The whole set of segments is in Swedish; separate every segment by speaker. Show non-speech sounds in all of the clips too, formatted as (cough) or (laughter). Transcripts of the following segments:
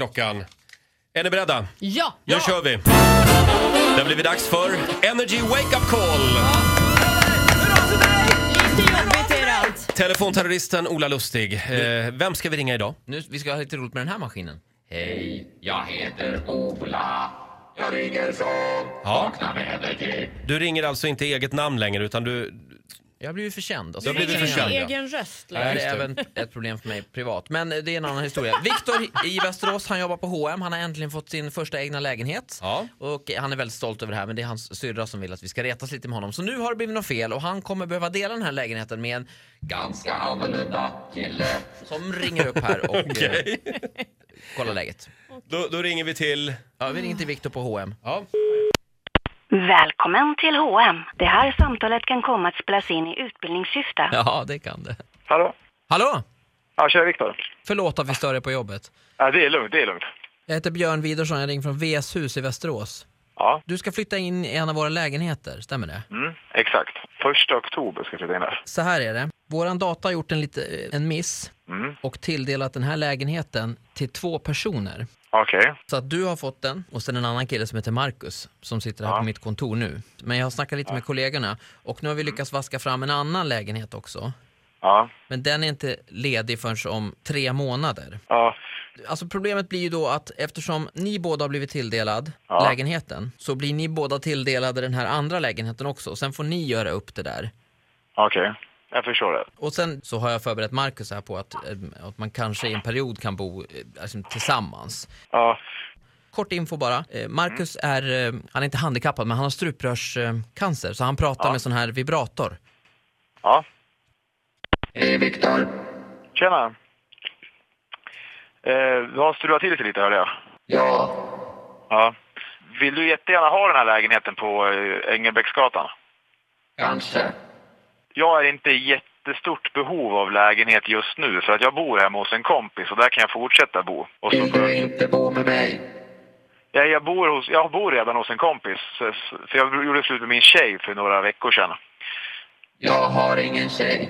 Speaker 1: klockan. Är ni beredda? Nu
Speaker 2: Ja!
Speaker 1: kör vi! Det har blivit dags för Energy Wake Up Call!
Speaker 2: Lite jobbigt är det allt.
Speaker 1: Telefonterroristen Ola Lustig, eh, vem ska vi ringa idag?
Speaker 3: Nu, vi ska ha lite roligt med den här maskinen.
Speaker 1: Ja. Du ringer alltså inte i eget namn längre utan du...
Speaker 3: Jag har blivit förkänd.
Speaker 1: Du har blivit
Speaker 2: Ingen
Speaker 1: förkänd, ja.
Speaker 2: egen röst.
Speaker 3: Det Alltså, här
Speaker 2: Liksom.
Speaker 3: är även ett problem för mig privat, men eh, det är en annan historia. Viktor i Västerås, han jobbar på H&M. han har äntligen fått sin första egna lägenhet.
Speaker 1: Ja.
Speaker 3: Och han är väldigt stolt över det här, men det är hans syrra som vill att vi ska retas lite med honom. Så nu har det blivit något fel och han kommer behöva dela den här lägenheten med en ganska annorlunda kille som ringer upp här (laughs) och eh,
Speaker 1: Okej.
Speaker 3: kollar läget.
Speaker 1: Då, då ringer vi till...
Speaker 3: Ja, vi ringer till Viktor på H&M.
Speaker 1: Ja.
Speaker 4: Välkommen till H&M. Det här samtalet kan komma att spelas in i utbildningssyfte.
Speaker 3: Ja, det kan det.
Speaker 5: Hallå?
Speaker 3: Hallå!
Speaker 5: Ja, kör Viktor.
Speaker 3: Förlåt att vi stör er på jobbet.
Speaker 5: Ja, det är lugnt, det är lugnt.
Speaker 3: Jag heter Björn Widersson, jag ringer från VS-hus i Västerås.
Speaker 5: Ja,
Speaker 3: Du ska flytta in i en av våra lägenheter, stämmer det?
Speaker 5: mm, exakt. Första oktober ska jag flytta in där.
Speaker 3: Så här är det. Våran data har gjort en, lite, en miss
Speaker 5: Mm.
Speaker 3: och tilldelat den här lägenheten till två personer.
Speaker 5: Okej.
Speaker 3: Så att du har fått den och sen en annan kille som heter Marcus som sitter här på mitt kontor nu. Men jag har snackat lite med kollegorna och nu har vi
Speaker 5: Mm.
Speaker 3: lyckats vaska fram en annan lägenhet också.
Speaker 5: Ja,
Speaker 3: Men den är inte ledig förrän om tre månader.
Speaker 5: ja,
Speaker 3: Alltså problemet blir ju då att eftersom ni båda har blivit tilldelad
Speaker 5: Ja.
Speaker 3: lägenheten så blir ni båda tilldelade den här andra lägenheten också. Sen får ni göra upp det där.
Speaker 5: okej. Jag förstår det.
Speaker 3: Och sen så har jag förberett Marcus här på att, eh, att man kanske i en period kan bo eh, alltså, tillsammans.
Speaker 5: Ja,
Speaker 3: Kort info bara. Eh, Marcus är, eh, han är inte handikappad men han har struprörscancer så han pratar med sån här vibrator.
Speaker 5: ja. Hej, Viktor. Tjena. Eh, du har strulat till det lite, hörde jag. Ja. Ja. Vill du jättegärna ha den här lägenheten på eh, Engelbrektsgatan?
Speaker 6: Kanske.
Speaker 5: Jag är inte i jättestort behov av lägenhet just nu för att jag bor hemma hos en kompis och där kan jag fortsätta bo. Och så
Speaker 6: Vill du inte bo med mig?
Speaker 5: Ja, jag, bor hos, jag bor redan hos en kompis, så- så- för jag gjorde slut med min tjej för några veckor sedan.
Speaker 6: Jag har ingen tjej.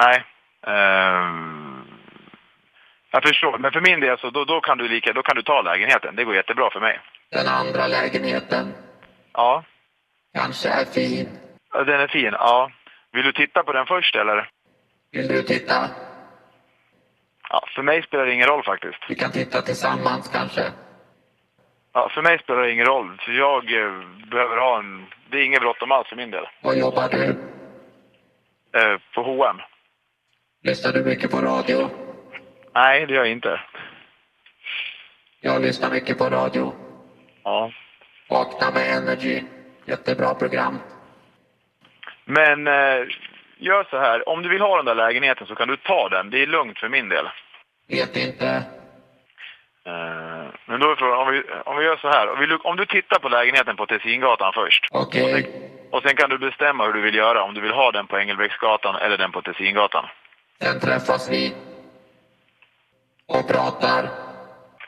Speaker 5: Nej. ehm, jag förstår, men för min del så då, då, kan du lika, då kan du ta lägenheten. Det går jättebra för mig.
Speaker 6: Den andra lägenheten
Speaker 5: Ja,
Speaker 6: kanske är fin.
Speaker 5: ja, den är fin. Ja. Vill du titta på den först eller?
Speaker 6: Vill du titta?
Speaker 5: Ja, för mig spelar det ingen roll faktiskt.
Speaker 6: Vi kan titta tillsammans kanske.
Speaker 5: Ja, för mig spelar det ingen roll, för jag eh, behöver ha en... Det är inget bråttom alls för min del.
Speaker 6: Vad jobbar du?
Speaker 5: Eh, på H&M.
Speaker 6: Lyssnar du mycket på radio?
Speaker 5: Nej, det gör jag inte.
Speaker 6: Jag lyssnar mycket på radio.
Speaker 5: Ja.
Speaker 6: Vakna med Energy. Jättebra program.
Speaker 5: Men eh, gör så här, om du vill ha den där lägenheten så kan du ta den. Det är lugnt för min del.
Speaker 6: Vet inte.
Speaker 5: Eh, men då är frågan, om vi, om vi gör så här. Om, vi, om du tittar på lägenheten på Tessingatan först.
Speaker 6: Okej.
Speaker 5: Och sen kan du bestämma hur du vill göra. Om du vill ha den på Engelbrektsgatan eller den på Tessingatan.
Speaker 6: Sen träffas vi. Och pratar.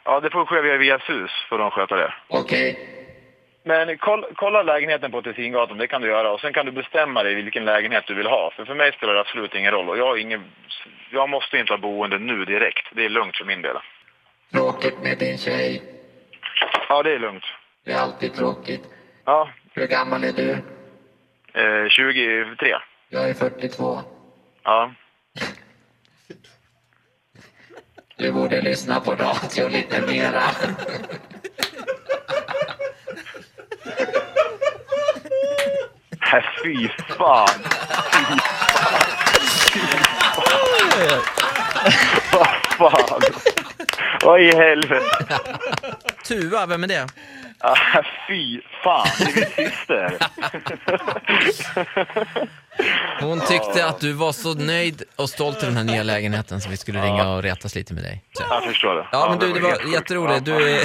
Speaker 5: Ja, det får ske via Viasus får de sköta det.
Speaker 6: Okej.
Speaker 5: Men koll, kolla lägenheten på Tessingatan, det kan du göra. Och sen kan du bestämma dig vilken lägenhet du vill ha. För för mig spelar det absolut ingen roll. Och jag, har ingen, jag måste inte ha boende nu direkt. Det är lugnt för min del.
Speaker 6: Tråkigt med din tjej.
Speaker 5: Ja, det är lugnt.
Speaker 6: Det är alltid tråkigt.
Speaker 5: Ja,
Speaker 6: Hur gammal är du?
Speaker 5: Eh, 23.
Speaker 6: Jag är 42.
Speaker 5: Ja.
Speaker 6: Du borde lyssna på radio lite mera.
Speaker 5: Nej, Äh, fy fan. Fy fan. Vad fan. Vad i helvete.
Speaker 3: Tua, vem är det?
Speaker 5: Ah, Fy fan, det är min syster.
Speaker 3: Hon tyckte att du var så nöjd och stolt över den här nya lägenheten så vi skulle ringa och retas lite med dig. Så.
Speaker 5: Jag förstår det.
Speaker 3: Ja, men du, det
Speaker 5: helt
Speaker 3: var
Speaker 5: sjukt.
Speaker 3: jätteroligt.
Speaker 5: Ja,
Speaker 3: Du, är...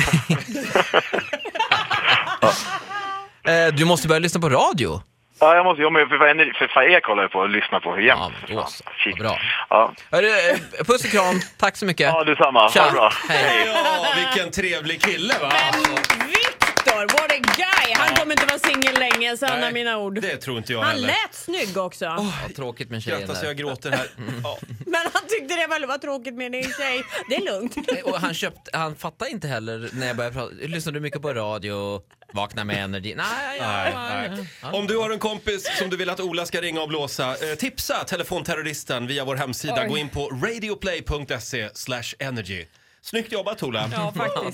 Speaker 5: (laughs)
Speaker 3: Eh, du måste börja lyssna på radio.
Speaker 5: Ja, jag måste, ja, men för fan, för fan jag kollar ju på och lyssnar på jämt.
Speaker 3: Ja, men då så.
Speaker 5: Fan,
Speaker 3: Vad
Speaker 5: shit.
Speaker 3: bra.
Speaker 5: Ja,
Speaker 3: Hörru, eh, puss och kram. Tack så mycket.
Speaker 5: ja detsamma. Ha
Speaker 3: Tja.
Speaker 5: det bra.
Speaker 3: Hej.
Speaker 1: Ja, vilken trevlig kille va?
Speaker 2: Men Viktor! Viktor, what a guy! Han kommer inte vara singel länge, sanna
Speaker 1: Nej,
Speaker 2: mina ord.
Speaker 1: Det tror inte jag
Speaker 2: Han
Speaker 1: heller.
Speaker 2: lät snygg också.
Speaker 3: Ja, tråkigt med tjejen
Speaker 1: Grattis, jag
Speaker 3: där.
Speaker 1: gråter här.
Speaker 2: Mm.
Speaker 1: Ja.
Speaker 2: Men han tyckte det var, var tråkigt med din tjej. Det är lugnt.
Speaker 3: Eh, Och han, köpt, han fattar inte heller när jag börjar prata. Lyssnar du mycket på radio? Vakna med energi? Nej,
Speaker 1: Nej,
Speaker 3: ja,
Speaker 1: nej.
Speaker 3: ja.
Speaker 1: Om du har en kompis som du vill att Ola ska ringa och blåsa, eh, tipsa telefonterroristen via vår hemsida. Gå in på radioplay.se slash energy. Snyggt jobbat Ola!
Speaker 2: Ja, faktiskt.